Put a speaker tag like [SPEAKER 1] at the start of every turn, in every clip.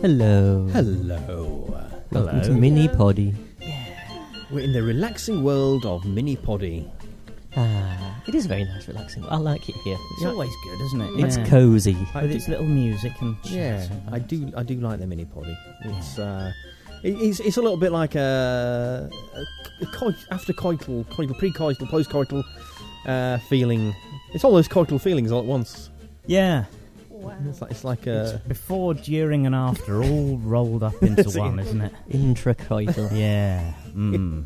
[SPEAKER 1] Hello.
[SPEAKER 2] Hello.
[SPEAKER 1] Welcome to Mini Poddy.
[SPEAKER 2] We're in the relaxing world of Mini Poddy.
[SPEAKER 1] Ah, it is very nice, relaxing. I like it here.
[SPEAKER 3] It's always good, isn't it?
[SPEAKER 1] It's
[SPEAKER 3] Yeah.
[SPEAKER 1] cozy.
[SPEAKER 3] With its little music and shit.
[SPEAKER 2] Yeah, I do. I do like the Mini Poddy. It's uh, it- it's, it's a little bit like a, a co- after coital, coital, pre-coital, post-coital uh, feeling. It's all those coital feelings all at once.
[SPEAKER 3] Yeah.
[SPEAKER 2] It's like it's like uh, a
[SPEAKER 3] It's before, during, and after, all rolled up into
[SPEAKER 2] It's-
[SPEAKER 3] one, isn't it?
[SPEAKER 1] Intracoital.
[SPEAKER 3] Yeah. Mm.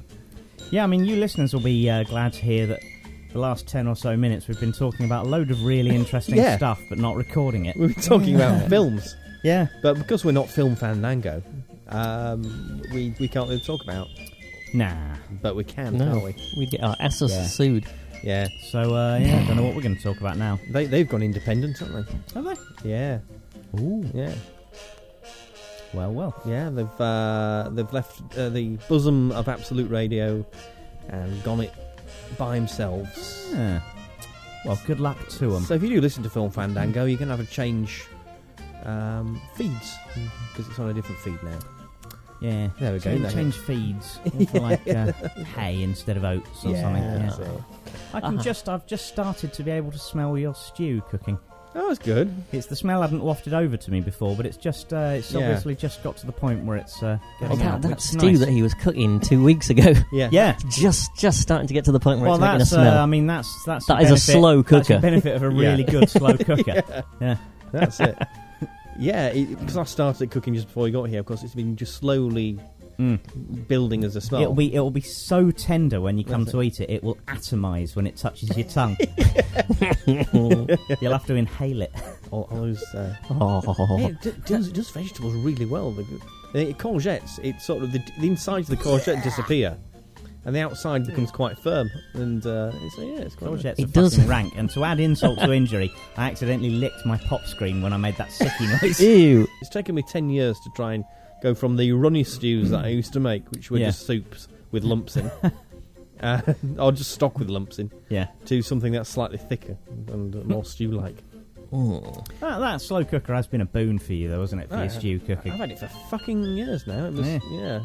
[SPEAKER 3] yeah, I mean, you listeners will be uh, glad to hear that the last 10 or so minutes we've been talking about a load of really interesting
[SPEAKER 2] Yeah.
[SPEAKER 3] stuff, but not recording it.
[SPEAKER 2] we were talking about films,
[SPEAKER 3] Yeah.
[SPEAKER 2] but because we're not film fandango, um, we we can't really talk about,
[SPEAKER 3] Nah.
[SPEAKER 2] but we can, can't
[SPEAKER 1] no,
[SPEAKER 2] we?
[SPEAKER 1] we'd get our asses
[SPEAKER 2] Yeah.
[SPEAKER 1] sued.
[SPEAKER 2] Yeah,
[SPEAKER 3] So, uh, yeah, I don't know what we're going to talk about now.
[SPEAKER 2] they they've gone independent, haven't
[SPEAKER 3] Have they?
[SPEAKER 2] they? Yeah,
[SPEAKER 3] Ooh.
[SPEAKER 2] yeah.
[SPEAKER 3] Well, well.
[SPEAKER 2] Yeah, they've uh, they've left uh, the bosom of Absolute Radio and gone it by themselves.
[SPEAKER 3] Yeah. Well, good luck to them.
[SPEAKER 2] So if you do listen to Film Fandango, you're gonna have a change um, feeds because it's on a different feed now.
[SPEAKER 3] yeah.
[SPEAKER 2] There we
[SPEAKER 3] So
[SPEAKER 2] go.
[SPEAKER 3] you
[SPEAKER 2] then.
[SPEAKER 3] change feeds for like uh, hay instead of oats or
[SPEAKER 2] Yeah,
[SPEAKER 3] something. Yeah.
[SPEAKER 2] so-
[SPEAKER 3] I can
[SPEAKER 1] Uh-huh.
[SPEAKER 3] just I've just started to be able to smell your stew cooking.
[SPEAKER 2] That was Oh, good.
[SPEAKER 3] It's the smell hadn't wafted over to me before, but it's just uh, it's
[SPEAKER 2] Yeah.
[SPEAKER 3] obviously just got to the point where it's uh, getting
[SPEAKER 1] About
[SPEAKER 3] out,
[SPEAKER 1] that
[SPEAKER 3] which is
[SPEAKER 1] stew
[SPEAKER 3] nice.
[SPEAKER 1] that he was cooking two weeks ago.
[SPEAKER 2] Yeah.
[SPEAKER 3] yeah.
[SPEAKER 1] just just starting to get to the point where
[SPEAKER 3] Well,
[SPEAKER 1] it's making a
[SPEAKER 3] that's uh,
[SPEAKER 1] smell.
[SPEAKER 3] I mean that's that's
[SPEAKER 1] That
[SPEAKER 3] the
[SPEAKER 1] is a
[SPEAKER 3] benefit-
[SPEAKER 1] slow
[SPEAKER 3] That's the
[SPEAKER 1] cooker.
[SPEAKER 3] benefit of a
[SPEAKER 2] Yeah.
[SPEAKER 3] really good slow cooker.
[SPEAKER 2] That's it. Yeah, because I started cooking just before we got here. Of course, it's been just slowly
[SPEAKER 3] Mm.
[SPEAKER 2] building as a smell.
[SPEAKER 3] It'll be it'll be so tender when you come
[SPEAKER 2] That's
[SPEAKER 3] to eat it. It will atomize when it touches your tongue. You'll have to inhale it.
[SPEAKER 2] all, all those. Uh,
[SPEAKER 1] oh.
[SPEAKER 2] Yeah, it do- does, it does vegetables really well. The, the courgettes, it's sort of the, the insides of the courgette disappear, and the outside becomes quite firm. And uh, it's, yeah, it's quite nice.
[SPEAKER 3] Courgettes
[SPEAKER 1] It
[SPEAKER 3] are
[SPEAKER 1] does-
[SPEAKER 3] fucking rank. And to add insult to injury, I accidentally licked my pop screen when I made that sicky noise.
[SPEAKER 1] Ew.
[SPEAKER 2] It's taken me ten years to try and go from the runny stews that I used to make, which were
[SPEAKER 3] Yeah.
[SPEAKER 2] just soups with lumps in, uh, or just stock with lumps in,
[SPEAKER 3] Yeah.
[SPEAKER 2] to something that's slightly thicker and more stew-like.
[SPEAKER 1] Mm.
[SPEAKER 3] That, that slow cooker has been a boon for you, though, hasn't it, for
[SPEAKER 2] Oh,
[SPEAKER 3] your
[SPEAKER 2] yeah.
[SPEAKER 3] stew
[SPEAKER 2] I've
[SPEAKER 3] cooking?
[SPEAKER 2] had it for fucking years now. It must,
[SPEAKER 3] Yeah.
[SPEAKER 2] yeah.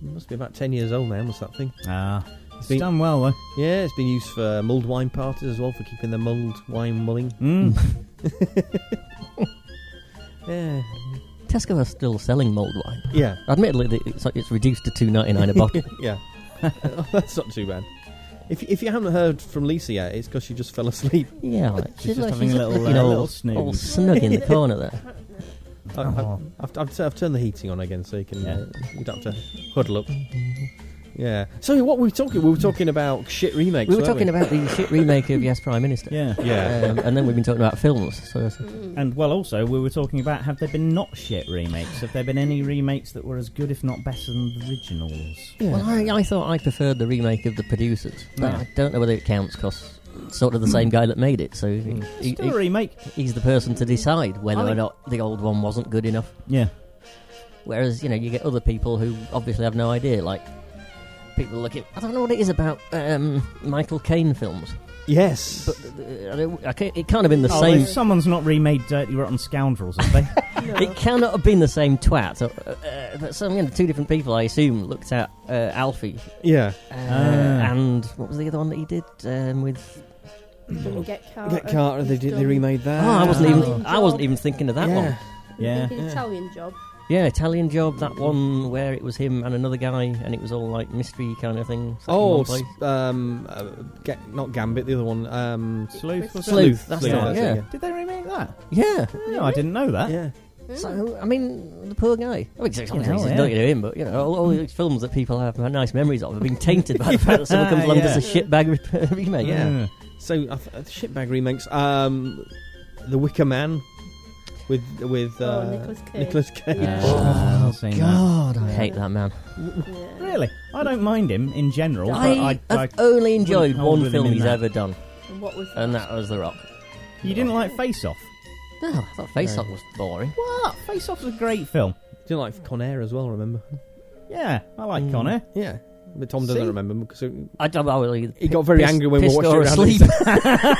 [SPEAKER 2] It must be about ten years old now. Must that thing?
[SPEAKER 3] Ah, it's
[SPEAKER 2] been-
[SPEAKER 3] done well though.
[SPEAKER 2] Yeah, it's been used for mulled wine parties as well for keeping the mulled wine mulling.
[SPEAKER 3] Mm.
[SPEAKER 2] Yeah,
[SPEAKER 1] Tesco are still selling mulled wine.
[SPEAKER 2] yeah,
[SPEAKER 1] Admittedly, the- it's, like it's reduced to two ninety nine a bottle.
[SPEAKER 2] yeah. Oh, that's not too bad. If if you haven't heard from Lisa yet, it's because she just fell asleep.
[SPEAKER 1] yeah, like,
[SPEAKER 3] She's just having a little, uh,
[SPEAKER 1] you know,
[SPEAKER 3] little
[SPEAKER 1] all-
[SPEAKER 3] snooze.
[SPEAKER 1] all snug in the corner there.
[SPEAKER 2] I,
[SPEAKER 3] Oh.
[SPEAKER 2] I, I've, I've, I've turned the heating on again so you can
[SPEAKER 3] Yeah.
[SPEAKER 2] uh, you don't have to huddle up. Yeah. So what were we talking? We were talking about shit remakes.
[SPEAKER 1] We were
[SPEAKER 2] weren't
[SPEAKER 1] talking about the shit remake of Yes Prime Minister.
[SPEAKER 3] Yeah.
[SPEAKER 2] Yeah.
[SPEAKER 1] Um, and then we've been talking about films. So, so-
[SPEAKER 4] Hmm.
[SPEAKER 3] And well, also we were talking about have there been not shit remakes? Have there been any remakes that were as good, if not better, than the originals?
[SPEAKER 2] Yeah.
[SPEAKER 1] well, I, I thought I preferred the remake of The Producers, but
[SPEAKER 3] Yeah.
[SPEAKER 1] I don't know whether it counts because sort of the
[SPEAKER 2] Hmm.
[SPEAKER 1] same guy that made it, so he- he-
[SPEAKER 3] Still a remake.
[SPEAKER 1] he- he's the person to decide whether
[SPEAKER 3] I
[SPEAKER 1] or
[SPEAKER 3] think-
[SPEAKER 1] not the old one wasn't good enough.
[SPEAKER 3] Yeah.
[SPEAKER 1] Whereas you know you get other people who obviously have no idea, like. People looking. I don't know what it is about um, Michael Caine films,
[SPEAKER 2] yes.
[SPEAKER 1] but uh, I don't- I can't- it can't have been the
[SPEAKER 3] oh,
[SPEAKER 1] same.
[SPEAKER 3] if someone's not remade Dirty Rotten Scoundrels, have they?
[SPEAKER 1] It cannot have been the same twat. So, uh, uh, but some, you know, two different people, I assume, looked at uh, Alfie
[SPEAKER 2] yeah.
[SPEAKER 1] uh,
[SPEAKER 3] Ah.
[SPEAKER 1] and what was the other one that he did um, with?
[SPEAKER 4] Didn't Get Carter.
[SPEAKER 2] uh, Get Carter. They
[SPEAKER 4] He's
[SPEAKER 2] did. They
[SPEAKER 4] done-
[SPEAKER 2] remade that.
[SPEAKER 1] Oh, I wasn't even.
[SPEAKER 4] Italian
[SPEAKER 1] I wasn't
[SPEAKER 4] Job.
[SPEAKER 1] even thinking of that
[SPEAKER 2] Ah. yeah.
[SPEAKER 1] one.
[SPEAKER 3] Yeah.
[SPEAKER 4] Did an
[SPEAKER 2] Yeah.
[SPEAKER 4] Italian job.
[SPEAKER 1] Yeah, Italian Job. That one where it was him and another guy, and it was all like mystery kind of thing. set in
[SPEAKER 2] Oh,
[SPEAKER 1] one place.
[SPEAKER 2] s- um, uh, get, not Gambit. The other one. Um,
[SPEAKER 3] Sleuth.
[SPEAKER 1] Sleuth.
[SPEAKER 3] Was Sleuth.
[SPEAKER 1] that's
[SPEAKER 2] Sleuth,
[SPEAKER 1] the one,
[SPEAKER 2] that's it,
[SPEAKER 1] yeah.
[SPEAKER 3] Did they remake that?
[SPEAKER 1] yeah.
[SPEAKER 3] No, I didn't know that.
[SPEAKER 2] Yeah.
[SPEAKER 1] So I mean, the poor guy. I mean,
[SPEAKER 3] Fucking hell, yeah.
[SPEAKER 1] nothing to him, but you know, all, all these films that people have nice memories of have been tainted by the fact that someone comes along and does a shitbag re- remake.
[SPEAKER 2] Yeah. So I th- uh, shitbag remakes. Um, the Wicker Man with with
[SPEAKER 4] Oh,
[SPEAKER 2] uh,
[SPEAKER 4] Nicolas Cage.
[SPEAKER 2] Nicolas Cage.
[SPEAKER 4] Yeah.
[SPEAKER 3] Oh, I've seen that.
[SPEAKER 1] God, I hate that man.
[SPEAKER 4] Yeah.
[SPEAKER 3] Really? I don't mind him in general, but
[SPEAKER 1] I
[SPEAKER 3] I,
[SPEAKER 1] have
[SPEAKER 3] I,
[SPEAKER 1] only enjoyed
[SPEAKER 3] wouldn't hold
[SPEAKER 1] one
[SPEAKER 3] with
[SPEAKER 1] film
[SPEAKER 3] him in
[SPEAKER 1] he's
[SPEAKER 3] that.
[SPEAKER 1] ever done,
[SPEAKER 4] And what was
[SPEAKER 1] and that was The Rock.
[SPEAKER 3] you didn't like Face Off.
[SPEAKER 1] No, I thought Face Off was boring.
[SPEAKER 3] What? Face Off's a great film.
[SPEAKER 2] Do you like Con Air as well? Remember?
[SPEAKER 3] Yeah, I like
[SPEAKER 1] Mm.
[SPEAKER 3] Connor.
[SPEAKER 2] Yeah, but Tom doesn't
[SPEAKER 3] See?
[SPEAKER 2] remember because it-
[SPEAKER 1] I, don't- I was
[SPEAKER 2] he got very
[SPEAKER 1] pissed-
[SPEAKER 2] angry when we
[SPEAKER 1] pissed
[SPEAKER 2] watched it.
[SPEAKER 1] or
[SPEAKER 2] around
[SPEAKER 1] asleep.
[SPEAKER 2] his-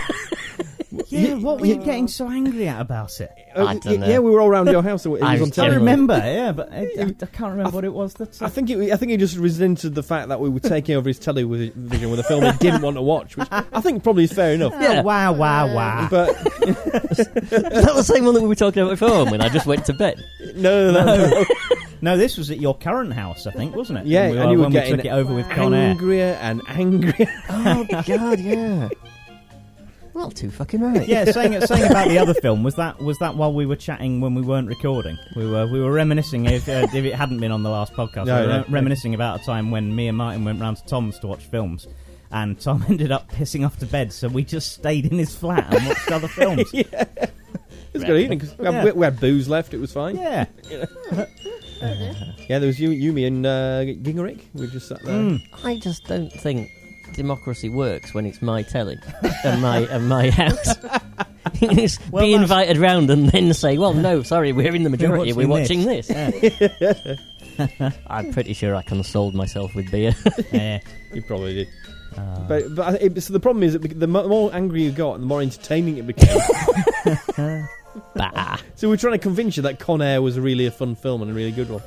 [SPEAKER 3] Yeah, Yeah, what were you
[SPEAKER 4] you-
[SPEAKER 3] getting so angry at about it?
[SPEAKER 2] Uh,
[SPEAKER 1] I don't
[SPEAKER 2] y- Yeah,
[SPEAKER 1] know.
[SPEAKER 2] we were all round your house. It was
[SPEAKER 1] I was
[SPEAKER 2] on
[SPEAKER 3] I
[SPEAKER 1] Anyway.
[SPEAKER 2] television.
[SPEAKER 3] remember, yeah, but I, I, I can't remember
[SPEAKER 2] I-
[SPEAKER 3] what it was. uh, That's
[SPEAKER 2] I think it, I think he just resented the fact that we were taking over his television with a film he didn't want to watch, which I think probably is fair enough.
[SPEAKER 1] Yeah.
[SPEAKER 3] Oh, wow, wow, wow.
[SPEAKER 2] But
[SPEAKER 1] Is that the same one that we were talking about before when I just went to bed?
[SPEAKER 2] no, no, no, no.
[SPEAKER 3] no, this was at your current house, I think, wasn't it?
[SPEAKER 2] Yeah,
[SPEAKER 3] when we,
[SPEAKER 2] and you were
[SPEAKER 3] when
[SPEAKER 2] getting
[SPEAKER 3] we took it over with Con Air.
[SPEAKER 2] angrier and angrier.
[SPEAKER 1] Oh, God, yeah. Not too fucking right.
[SPEAKER 3] Yeah, saying saying about the other film was that was that while we were chatting when we weren't recording, we were we were reminiscing if, uh, if it hadn't been on the last podcast,
[SPEAKER 2] No,
[SPEAKER 3] we were
[SPEAKER 2] no,
[SPEAKER 3] re-
[SPEAKER 2] no.
[SPEAKER 3] reminiscing about a time when me and Martin went round to Tom's to watch films, and Tom ended up pissing off to bed, so we just stayed in his flat and watched other films.
[SPEAKER 2] yeah. It's good evening 'cause we, had-
[SPEAKER 3] Yeah.
[SPEAKER 2] we had booze left. It was fine. Yeah,
[SPEAKER 3] Yeah,
[SPEAKER 2] there was you, you, me, and uh, Gingrich. We just sat there.
[SPEAKER 3] Mm.
[SPEAKER 1] I just don't think democracy works when it's my telly and my and my house. It's
[SPEAKER 3] Well,
[SPEAKER 1] be
[SPEAKER 3] that's-
[SPEAKER 1] invited round and then say, "Well, no, sorry, we're in the majority. We're
[SPEAKER 3] We're watching
[SPEAKER 1] watching this." I'm pretty sure I consoled myself with beer.
[SPEAKER 3] yeah.
[SPEAKER 2] You probably did.
[SPEAKER 3] Uh,
[SPEAKER 2] But, but I- it, so the problem is that the mo- more angry you got, the more entertaining it became.
[SPEAKER 1] bah.
[SPEAKER 2] so we're trying to convince you that Con Air was really a fun film and a really good one,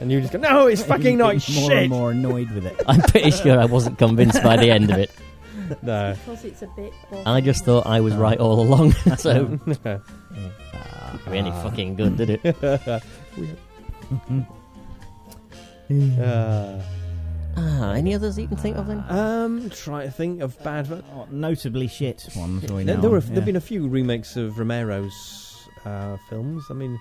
[SPEAKER 2] and you just go, "No, it's fucking not
[SPEAKER 3] He's more
[SPEAKER 2] shit."
[SPEAKER 3] and more annoyed with it.
[SPEAKER 1] I'm pretty sure I wasn't convinced by the end of it.
[SPEAKER 2] No,
[SPEAKER 4] Because it's a bit.
[SPEAKER 1] I just thought I was right all along. so Ah,
[SPEAKER 2] no.
[SPEAKER 1] really fucking good, did it?
[SPEAKER 2] Uh,
[SPEAKER 1] Ah, any others you can think of then?
[SPEAKER 2] um, try to think of bad. There,
[SPEAKER 3] Oh, notably shit ones. we
[SPEAKER 2] there
[SPEAKER 3] know
[SPEAKER 2] were
[SPEAKER 3] of,
[SPEAKER 2] there've been a few remakes of Romero's uh, films. I mean,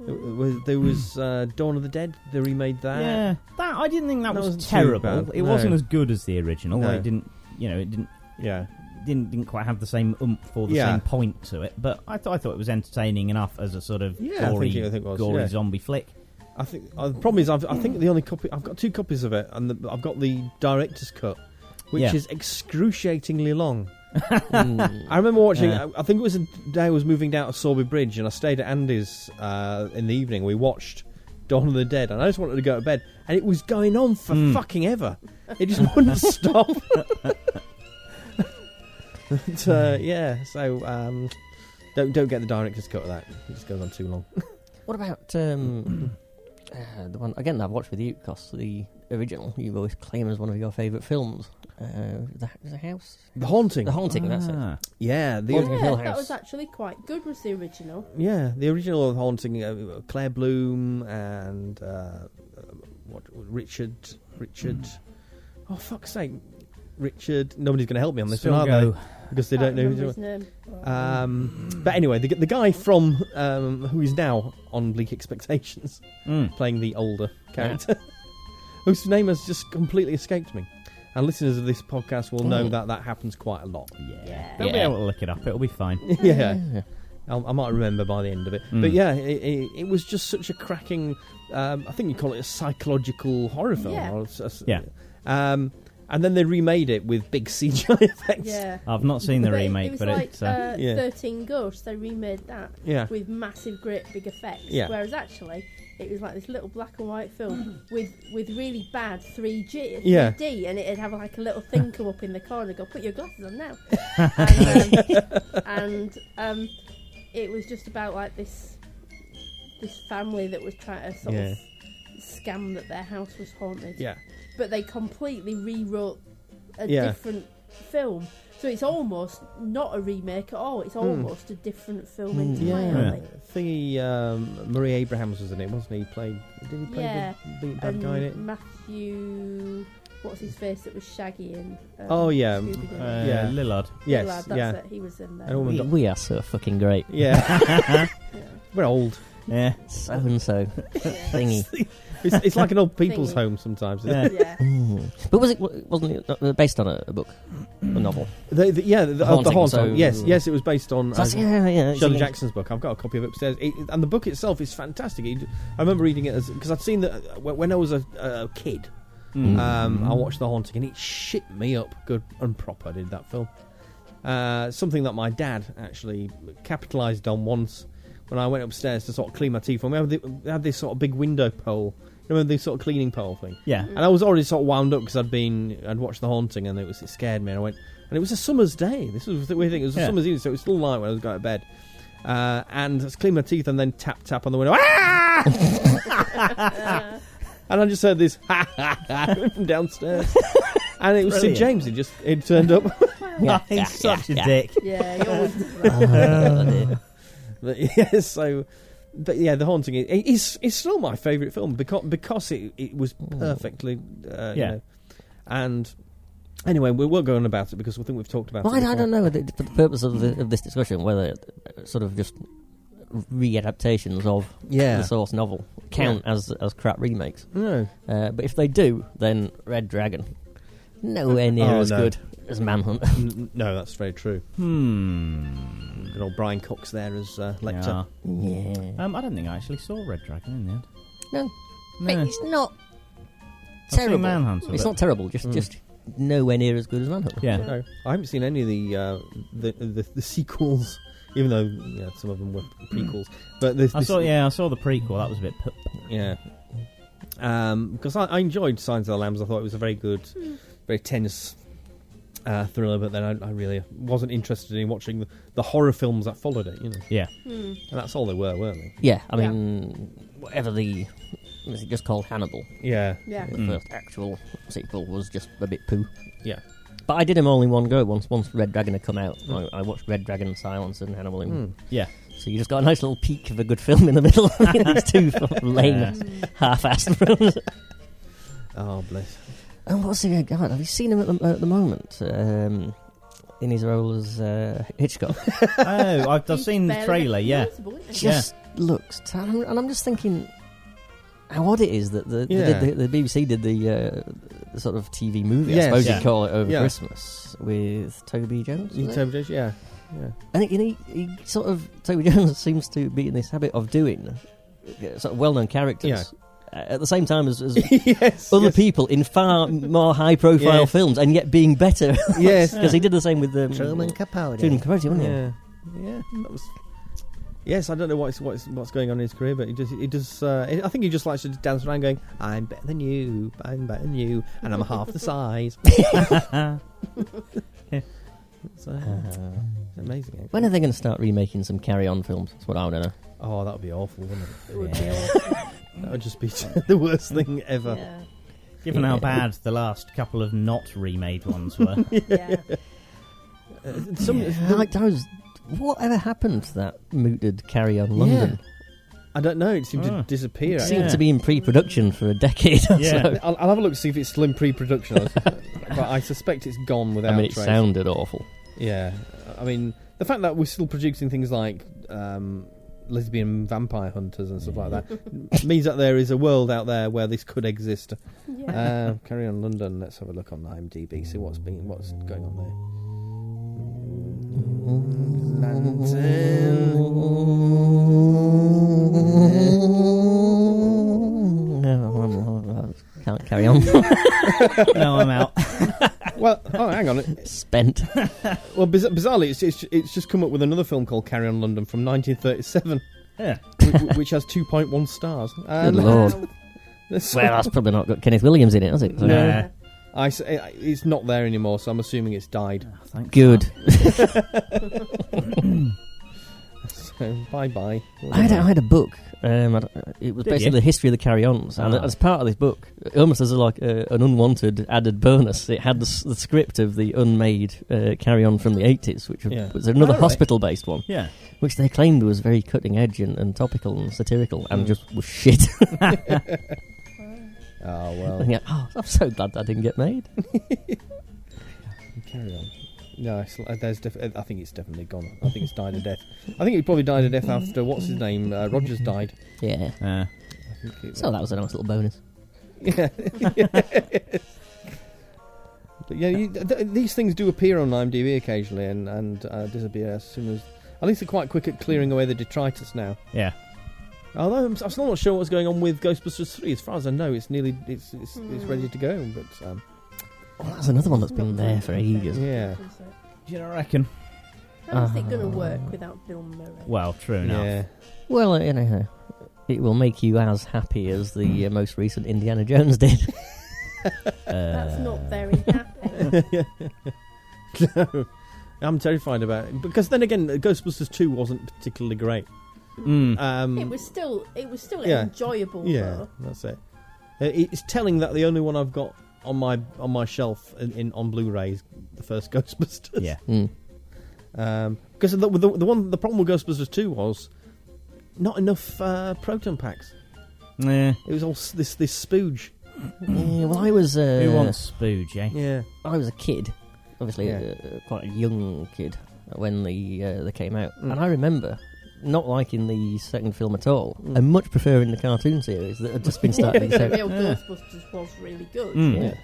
[SPEAKER 2] there was, there was uh, Dawn of the Dead. They remade that.
[SPEAKER 3] yeah, that I didn't think that,
[SPEAKER 2] That
[SPEAKER 3] was
[SPEAKER 2] wasn't too
[SPEAKER 3] terrible.
[SPEAKER 2] bad.
[SPEAKER 3] It
[SPEAKER 2] No.
[SPEAKER 3] wasn't as good as the original.
[SPEAKER 2] No.
[SPEAKER 3] It didn't, you know, it didn't
[SPEAKER 2] Yeah.
[SPEAKER 3] didn't didn't quite have the same oomph or the
[SPEAKER 2] Yeah.
[SPEAKER 3] same point to it. But I thought I thought it was entertaining enough as a sort of
[SPEAKER 2] Yeah, I think
[SPEAKER 3] gory,
[SPEAKER 2] it- I think it was,
[SPEAKER 3] gory
[SPEAKER 2] yeah.
[SPEAKER 3] zombie flick.
[SPEAKER 2] I think uh, the problem is I've, I think the only copy I've got two copies of it, and the, I've got the director's cut, which
[SPEAKER 3] Yeah.
[SPEAKER 2] is excruciatingly long.
[SPEAKER 1] Mm.
[SPEAKER 2] I remember watching.
[SPEAKER 3] Yeah.
[SPEAKER 2] I, I think it was the day I was moving down to Sorby Bridge, and I stayed at Andy's uh, in the evening. We watched Dawn of the Dead, and I just wanted to go to bed, and it was going on for
[SPEAKER 3] Mm.
[SPEAKER 2] fucking ever. It just wouldn't stop. but, uh, yeah, so um, don't don't get the director's cut of that. It just goes on too long.
[SPEAKER 1] What about um, uh, the one again that I've watched with you, Cos, the original you always claim as one of your favourite films? Uh, the, the House?
[SPEAKER 2] The haunting.
[SPEAKER 1] The Haunting, that's it.
[SPEAKER 3] Ah.
[SPEAKER 2] yeah, the
[SPEAKER 1] Haunting. Hill
[SPEAKER 4] yeah, that
[SPEAKER 1] House.
[SPEAKER 4] was actually quite good. Was the original?
[SPEAKER 2] yeah the original of haunting. Uh, Claire Bloom and uh, uh, what Richard Richard. Oh fuck's sake, Richard! Nobody's going to help me on this one, are
[SPEAKER 3] Sorgo.
[SPEAKER 2] they? Because they
[SPEAKER 4] Can't
[SPEAKER 2] don't know.
[SPEAKER 4] remember
[SPEAKER 2] Who
[SPEAKER 4] his name.
[SPEAKER 2] um, but anyway, the, the guy from um, who is now on Bleak Expectations,
[SPEAKER 3] Mm.
[SPEAKER 2] playing the older character, whose name has just completely escaped me. And listeners of this podcast will know
[SPEAKER 1] Oh.
[SPEAKER 2] that that happens quite a lot.
[SPEAKER 3] Yeah,
[SPEAKER 4] Yeah.
[SPEAKER 3] they'll be
[SPEAKER 1] Yeah.
[SPEAKER 3] able to look it up. It'll be fine.
[SPEAKER 2] yeah. I, I might remember by the end of it. But
[SPEAKER 3] Mm.
[SPEAKER 2] yeah, it, it, it was just such a cracking. Um, I think you call it a psychological horror film.
[SPEAKER 4] Yeah.
[SPEAKER 2] or s- s-
[SPEAKER 3] Yeah.
[SPEAKER 2] Um, and then they remade it with big CGI effects.
[SPEAKER 4] Yeah.
[SPEAKER 3] I've not seen the
[SPEAKER 4] But it-
[SPEAKER 3] remake,
[SPEAKER 4] it was
[SPEAKER 3] but
[SPEAKER 4] like
[SPEAKER 3] it's uh,
[SPEAKER 4] uh,
[SPEAKER 2] yeah.
[SPEAKER 4] Thirteen Ghosts. They remade that
[SPEAKER 2] Yeah.
[SPEAKER 4] with massive, great big effects.
[SPEAKER 2] Yeah.
[SPEAKER 4] Whereas actually, it was like this little black and white film with with really bad 3G, 3D,
[SPEAKER 2] Yeah.
[SPEAKER 4] and it'd have like a little thing come up in the corner, go put your glasses on now, and, um, and um, it was just about like this this family that was trying to sort
[SPEAKER 2] Yeah.
[SPEAKER 4] of scam that their house was haunted
[SPEAKER 2] Yeah.
[SPEAKER 4] but they completely rewrote a
[SPEAKER 2] Yeah.
[SPEAKER 4] different film. So it's almost not a remake at all. It's
[SPEAKER 2] Hmm.
[SPEAKER 4] almost a different film
[SPEAKER 3] Hmm.
[SPEAKER 4] entirely.
[SPEAKER 2] Thingy, um, Murray Abrahams was in it, wasn't he? He played. Did he play
[SPEAKER 4] Yeah.
[SPEAKER 2] the, the bad
[SPEAKER 4] And
[SPEAKER 2] guy in it?
[SPEAKER 4] Matthew, what's his face that was Shaggy in? Um,
[SPEAKER 2] Oh, yeah.
[SPEAKER 4] Scooby-Doo.
[SPEAKER 3] uh,
[SPEAKER 2] yeah.
[SPEAKER 3] Lillard.
[SPEAKER 2] Yes.
[SPEAKER 4] Lad, that's
[SPEAKER 2] yeah.
[SPEAKER 4] it. He was in there.
[SPEAKER 2] And all
[SPEAKER 1] We,
[SPEAKER 2] the-
[SPEAKER 1] we are so fucking great.
[SPEAKER 2] yeah.
[SPEAKER 4] Yeah.
[SPEAKER 2] We're old.
[SPEAKER 3] Yeah,
[SPEAKER 1] So and so thingy.
[SPEAKER 2] It's, it's like an old people's
[SPEAKER 4] Thingy.
[SPEAKER 2] home sometimes. isn't it?
[SPEAKER 3] yeah.
[SPEAKER 4] Yeah.
[SPEAKER 1] Mm. But was it wasn't it uh, based on a, a book, a novel?
[SPEAKER 2] The, the, yeah, the, the,
[SPEAKER 1] Haunting,
[SPEAKER 2] the haunting.
[SPEAKER 1] so-
[SPEAKER 2] Yes, yes, it was based on.
[SPEAKER 1] That's-
[SPEAKER 2] uh,
[SPEAKER 1] yeah, yeah. it's
[SPEAKER 2] Shirley
[SPEAKER 1] against-
[SPEAKER 2] Jackson's book. I've got a copy of it upstairs, it, and the book itself is fantastic. It- I remember reading it as because I'd seen that uh, when I was a, a kid.
[SPEAKER 3] Mm.
[SPEAKER 2] Um, I watched The Haunting, and it shit me up good and proper. Did that film? Uh, something that my dad actually capitalised on once when I went upstairs to sort of clean my teeth. And we had, the, we had this sort of big window pole Remember the sort of cleaning pole thing?
[SPEAKER 4] Mm.
[SPEAKER 3] Yeah.
[SPEAKER 2] And I was already sort of wound up because I'd been I'd watched The Haunting and it was it scared me. And I went and it was a summer's day. This was the weird thing. It was a
[SPEAKER 3] Yeah.
[SPEAKER 2] summer's evening, so it was still light when I was going to bed. Uh, and I was cleaning my teeth and then tap tap on the window. Ah! and I just heard this ha ha ha from downstairs. and it was Sid
[SPEAKER 3] Brilliant.
[SPEAKER 2] James. He just he turned up.
[SPEAKER 1] Yeah,
[SPEAKER 3] He's
[SPEAKER 1] yeah,
[SPEAKER 3] such
[SPEAKER 1] yeah,
[SPEAKER 3] a dick.
[SPEAKER 4] Yeah, he always does
[SPEAKER 1] yeah.
[SPEAKER 4] that.
[SPEAKER 1] Oh, dear.
[SPEAKER 2] But yeah, so but yeah, the haunting is it's, it's still my favourite film because because it it was
[SPEAKER 1] Hmm.
[SPEAKER 2] perfectly uh, you
[SPEAKER 3] Yeah.
[SPEAKER 2] know. and anyway, we will go on about it because we think we've talked about
[SPEAKER 1] Well,
[SPEAKER 2] it.
[SPEAKER 1] I, I
[SPEAKER 2] before.
[SPEAKER 1] don't know the, for the purpose of, the, of this discussion whether uh, sort of just re-adaptations of
[SPEAKER 2] Yeah,
[SPEAKER 1] the source novel count as as crap remakes.
[SPEAKER 2] no,
[SPEAKER 1] Uh, but if they do, then Red Dragon, nowhere near
[SPEAKER 2] Oh,
[SPEAKER 1] as
[SPEAKER 2] no.
[SPEAKER 1] good as Manhunt.
[SPEAKER 2] N- no, that's very true.
[SPEAKER 3] Hmm.
[SPEAKER 2] Good old Brian Cox there as uh, Lecter.
[SPEAKER 3] Yeah.
[SPEAKER 1] yeah.
[SPEAKER 3] Um, I don't think I actually saw Red Dragon in the end.
[SPEAKER 1] No.
[SPEAKER 3] No.
[SPEAKER 1] It's not
[SPEAKER 3] uh, I've seen
[SPEAKER 1] terrible.
[SPEAKER 3] Manhunter,
[SPEAKER 1] It's
[SPEAKER 3] but-
[SPEAKER 1] not terrible. Just
[SPEAKER 2] Mm.
[SPEAKER 1] just nowhere near as good as Manhunt.
[SPEAKER 3] Yeah.
[SPEAKER 2] No, I haven't seen any of the uh, the, the the sequels, even though you know, some of them were prequels. But this,
[SPEAKER 3] Mm. I
[SPEAKER 2] this-
[SPEAKER 3] saw. Yeah, I saw the prequel. That was a bit. P-
[SPEAKER 2] Yeah. Um, because I, I enjoyed Signs of the Lambs. I thought it was a very good,
[SPEAKER 1] Hmm.
[SPEAKER 2] very tense uh, thriller, but then I, I really wasn't interested in watching the, the horror films that followed it, you know.
[SPEAKER 3] yeah.
[SPEAKER 4] Hmm.
[SPEAKER 2] And that's all they were, weren't they?
[SPEAKER 1] Yeah, I
[SPEAKER 4] Yeah.
[SPEAKER 1] mean, whatever the. Was it just called Hannibal?
[SPEAKER 2] Yeah.
[SPEAKER 4] Yeah.
[SPEAKER 1] The
[SPEAKER 3] Mm.
[SPEAKER 1] first actual sequel was just a bit poo.
[SPEAKER 2] Yeah.
[SPEAKER 1] But I did them all in one go once once Red Dragon had come out.
[SPEAKER 2] Mm.
[SPEAKER 1] I, I watched Red Dragon Silence and Hannibal in
[SPEAKER 2] Hmm.
[SPEAKER 3] Yeah.
[SPEAKER 1] So you just got a nice little peek of a good film in the middle of these two fucking
[SPEAKER 3] Yeah.
[SPEAKER 1] lame,
[SPEAKER 4] Hmm.
[SPEAKER 1] half-assed films.
[SPEAKER 2] Oh, bless.
[SPEAKER 1] And what's the God? Have you seen him at the, at the moment um, in his role as uh, Hitchcock?
[SPEAKER 3] oh, I've, I've
[SPEAKER 4] He's
[SPEAKER 3] seen the
[SPEAKER 4] barely
[SPEAKER 3] trailer. Yeah.
[SPEAKER 4] recognisable, isn't he?
[SPEAKER 1] Just looks, t- and I'm- and I'm just thinking how odd it is that the they
[SPEAKER 2] Yeah.
[SPEAKER 1] did the, the BBC did the, uh, the sort of TV movie,
[SPEAKER 2] Yes.
[SPEAKER 1] I suppose
[SPEAKER 3] Yeah.
[SPEAKER 1] you'd call it, over
[SPEAKER 2] Yeah.
[SPEAKER 1] Christmas with Toby Jones. was
[SPEAKER 2] You
[SPEAKER 1] it?
[SPEAKER 2] tell me, Jess? yeah. Yeah.
[SPEAKER 1] And he, and he, he sort of Toby Jones seems to be in this habit of doing uh, sort of well-known characters
[SPEAKER 2] Yeah.
[SPEAKER 1] uh, at the same time as, as
[SPEAKER 2] yes.
[SPEAKER 1] other
[SPEAKER 2] yes.
[SPEAKER 1] people in far more high-profile
[SPEAKER 2] Yes.
[SPEAKER 1] films, and yet being better
[SPEAKER 2] Yes.
[SPEAKER 1] because he did the same with um,
[SPEAKER 2] Capote.
[SPEAKER 1] Truman Capote, wasn't he?
[SPEAKER 2] Yeah. Yeah. That was. Yes, I don't know what's what's what's going on in his career, but he just he does. Uh, I think he just likes to dance around, going, "I'm better than you, I'm better than you, and I'm half the size." It's, uh,
[SPEAKER 1] Uh,
[SPEAKER 2] it's amazing. actually.
[SPEAKER 1] when are they going to start remaking some carry-on films? That's what I want to know.
[SPEAKER 2] Oh, that would be awful, wouldn't it?
[SPEAKER 4] It would be
[SPEAKER 3] Yeah.
[SPEAKER 4] awesome.
[SPEAKER 2] That would just be the worst thing ever.
[SPEAKER 4] Yeah.
[SPEAKER 3] Given how
[SPEAKER 1] Yeah.
[SPEAKER 3] bad the last couple of not remade ones were.
[SPEAKER 4] Yeah.
[SPEAKER 2] Uh, some,
[SPEAKER 1] I like those. Whatever happened to that mooted carry-on London?
[SPEAKER 2] I don't know. It seemed to
[SPEAKER 3] Ah.
[SPEAKER 2] disappear.
[SPEAKER 1] Hmm. It
[SPEAKER 2] actually.
[SPEAKER 1] seemed
[SPEAKER 3] Yeah.
[SPEAKER 1] to be in pre-production for a decade. Or
[SPEAKER 3] Yeah.
[SPEAKER 1] so.
[SPEAKER 2] I'll, I'll have a look to see if it's still in pre-production, but I suspect it's gone without.
[SPEAKER 1] I mean, it
[SPEAKER 2] trace.
[SPEAKER 1] sounded awful.
[SPEAKER 2] Yeah, I mean the fact that we're still producing things like um, lesbian vampire hunters and stuff like that means that there is a world out there where this could exist.
[SPEAKER 4] Yeah.
[SPEAKER 2] Uh, carry on, London. Let's have a look on IMDb. See what's been what's going on there.
[SPEAKER 1] No, I can't carry on.
[SPEAKER 3] no, I'm out.
[SPEAKER 2] Well, oh, hang on.
[SPEAKER 1] Spent.
[SPEAKER 2] Well, biz- bizarrely, it's, it's it's just come up with another film called Carry On London from 1937,
[SPEAKER 3] Yeah.
[SPEAKER 2] which, which has 2.1 stars. Um,
[SPEAKER 1] Good
[SPEAKER 2] And
[SPEAKER 1] lord.
[SPEAKER 4] Wow.
[SPEAKER 2] there's-
[SPEAKER 1] Well, that's probably not got Kenneth Williams in it, has it? So-
[SPEAKER 3] No.
[SPEAKER 4] Yeah.
[SPEAKER 2] I s- I- it's not there anymore, so I'm assuming it's died.
[SPEAKER 3] Oh, thank
[SPEAKER 1] Good.
[SPEAKER 2] So bye bye.
[SPEAKER 1] I had, a, I had a book. Um, I d- it was
[SPEAKER 3] Did
[SPEAKER 1] basically
[SPEAKER 3] you?
[SPEAKER 1] the history of the carry-ons, and
[SPEAKER 3] Ah.
[SPEAKER 1] as part of this book, almost as a, like uh, an unwanted added bonus, it had the, s- the script of the unmade uh, carry-on from the eighties, which
[SPEAKER 2] Yeah.
[SPEAKER 1] was another
[SPEAKER 2] Oh, right.
[SPEAKER 1] hospital-based one,
[SPEAKER 3] Yeah.
[SPEAKER 1] which they claimed was very cutting edge and, and topical and satirical, and
[SPEAKER 2] Mm.
[SPEAKER 1] just was shit.
[SPEAKER 2] Oh
[SPEAKER 1] And
[SPEAKER 2] well.
[SPEAKER 1] you're like, oh, I'm so glad that didn't get made.
[SPEAKER 2] Carry on. No, it's, uh, there's def- uh, I think it's definitely gone. I think it's died a death. I think it probably died a death after what's his name uh, Rogers died.
[SPEAKER 1] Yeah.
[SPEAKER 2] I
[SPEAKER 3] Uh,
[SPEAKER 2] think it,
[SPEAKER 1] So that was a nice little bonus.
[SPEAKER 2] Yeah. but yeah, you, th- th- these things do appear on IMDb occasionally and and uh, disappear as soon as. At least they're quite quick at clearing away the detritus now.
[SPEAKER 3] yeah.
[SPEAKER 2] Although I'm, s- I'm still not sure what's going on with Ghostbusters three. As far as I know, it's nearly it's it's, it's
[SPEAKER 4] Hmm.
[SPEAKER 2] ready to go. But um,
[SPEAKER 1] Well, that's Oh, another one that's been there for ages.
[SPEAKER 2] Yeah.
[SPEAKER 3] Do you know what I reckon?
[SPEAKER 4] How's it going
[SPEAKER 1] Uh,
[SPEAKER 4] to work without Bill Murray?
[SPEAKER 3] Well, true enough.
[SPEAKER 2] yeah,
[SPEAKER 1] Well, uh, you know, It will make you as happy as the uh, most recent Indiana Jones did.
[SPEAKER 3] Uh,
[SPEAKER 4] That's not
[SPEAKER 1] uh,
[SPEAKER 4] very
[SPEAKER 1] um,
[SPEAKER 4] happy.
[SPEAKER 2] no, I'm terrified about it because then again, Ghostbusters Two wasn't particularly great.
[SPEAKER 3] Mm.
[SPEAKER 2] Um,
[SPEAKER 4] it was still it was still
[SPEAKER 2] Yeah.
[SPEAKER 4] enjoyable
[SPEAKER 2] yeah,
[SPEAKER 4] though.
[SPEAKER 2] that's it. Uh, It's telling that the only one I've got on my on my shelf in, in on Blu-ray is the first Ghostbusters.
[SPEAKER 3] yeah.
[SPEAKER 1] Mm.
[SPEAKER 2] Um, because the, the the one the problem with Ghostbusters Two was not enough uh, proton packs.
[SPEAKER 3] Yeah.
[SPEAKER 2] It was all s- this this spooge.
[SPEAKER 1] Yeah, well, I was. Uh,
[SPEAKER 3] Mm. Who wants spooge, eh?
[SPEAKER 2] Yeah,
[SPEAKER 1] I was a kid, obviously
[SPEAKER 2] Yeah.
[SPEAKER 1] uh, quite a young kid when the uh, they came out,
[SPEAKER 2] Mm.
[SPEAKER 1] and I remember not liking the second film at all,
[SPEAKER 2] Mm.
[SPEAKER 1] and much preferring the cartoon series that had just been started.
[SPEAKER 4] The
[SPEAKER 1] so, hmm.
[SPEAKER 4] real
[SPEAKER 3] Yeah.
[SPEAKER 4] Ghostbusters was really good.
[SPEAKER 3] Mm.
[SPEAKER 1] yeah.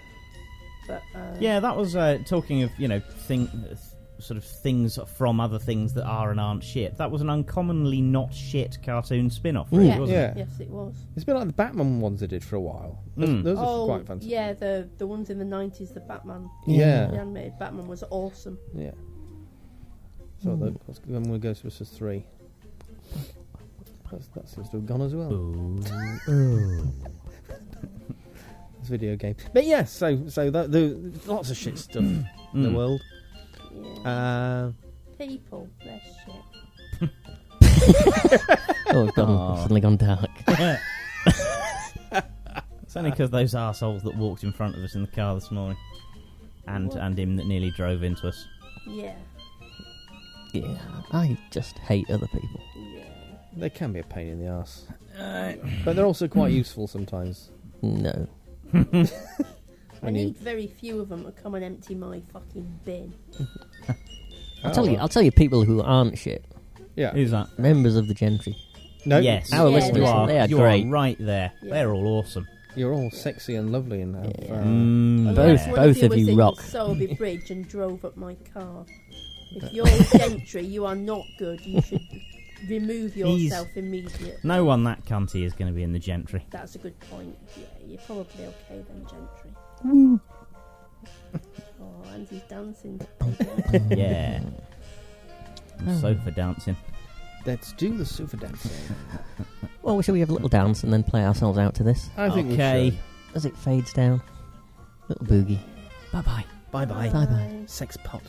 [SPEAKER 4] But, uh,
[SPEAKER 3] Yeah, that was uh, talking of you know thing, th- sort of things from other things that are and aren't shit. That was an uncommonly not shit cartoon spin-off, really,
[SPEAKER 1] Yeah.
[SPEAKER 3] wasn't
[SPEAKER 2] yeah.
[SPEAKER 3] it?
[SPEAKER 4] Yes, it was.
[SPEAKER 2] It's been like the Batman ones they did for a while. Those,
[SPEAKER 3] Mm.
[SPEAKER 2] those are
[SPEAKER 4] oh,
[SPEAKER 2] quite fancy.
[SPEAKER 4] yeah, the the ones in the nineties, the Batman,
[SPEAKER 2] Yeah.
[SPEAKER 4] the animated Batman was awesome.
[SPEAKER 2] Yeah. So the, let's go with Ghostbusters 3. That's, that seems to have gone as well. This video game. But yeah, so so that, the, lots of shit stuff in the
[SPEAKER 3] Mm.
[SPEAKER 2] world.
[SPEAKER 4] Yeah.
[SPEAKER 2] Uh,
[SPEAKER 4] People, they're shit.
[SPEAKER 1] Oh, it's gone,
[SPEAKER 3] Aw.
[SPEAKER 1] suddenly gone dark.
[SPEAKER 3] It's only because those assholes that walked in front of us in the car this morning, and
[SPEAKER 4] What?
[SPEAKER 3] and him that nearly drove into us.
[SPEAKER 4] Yeah,
[SPEAKER 1] yeah, I just hate other people.
[SPEAKER 4] yeah.
[SPEAKER 2] they can be a pain in the ass, but they're also quite useful sometimes.
[SPEAKER 1] No.
[SPEAKER 4] I
[SPEAKER 2] When you-
[SPEAKER 4] need very few of them to come and empty my fucking bin.
[SPEAKER 1] I'll
[SPEAKER 3] Oh,
[SPEAKER 1] tell you, I'll tell you people who aren't shit.
[SPEAKER 2] yeah.
[SPEAKER 3] Who's that?
[SPEAKER 1] Members of the gentry.
[SPEAKER 2] no,
[SPEAKER 3] Yes,
[SPEAKER 1] Our
[SPEAKER 4] Yeah,
[SPEAKER 1] listeners,
[SPEAKER 3] you
[SPEAKER 4] listen,
[SPEAKER 3] are.
[SPEAKER 1] they are
[SPEAKER 3] you
[SPEAKER 1] great.
[SPEAKER 3] are right there.
[SPEAKER 4] Yeah.
[SPEAKER 3] They're all awesome.
[SPEAKER 2] You're all sexy and lovely and have,
[SPEAKER 1] Yeah.
[SPEAKER 2] uh,
[SPEAKER 3] Mm,
[SPEAKER 4] Unless
[SPEAKER 1] Both-
[SPEAKER 3] yeah.
[SPEAKER 4] one
[SPEAKER 1] both of
[SPEAKER 4] was
[SPEAKER 1] you
[SPEAKER 4] in
[SPEAKER 1] rock.
[SPEAKER 4] Selby Bridge and drove up my car. If you're a gentry, you are not good. You should remove yourself immediately.
[SPEAKER 3] No one that cunty is going to be in the gentry.
[SPEAKER 4] That's a good point. Yeah, you're probably okay then, Gentry. oh, and he's dancing.
[SPEAKER 1] Mm.
[SPEAKER 3] Yeah.
[SPEAKER 1] Oh.
[SPEAKER 3] I'm so for dancing.
[SPEAKER 2] let's do the super dance.
[SPEAKER 1] Well, shall we have a little dance and then play ourselves out to this?
[SPEAKER 2] I think
[SPEAKER 3] Okay.
[SPEAKER 2] we should.
[SPEAKER 1] As it fades down, little boogie. Bye bye.
[SPEAKER 2] Bye bye.
[SPEAKER 1] Bye bye.
[SPEAKER 2] Sex pot.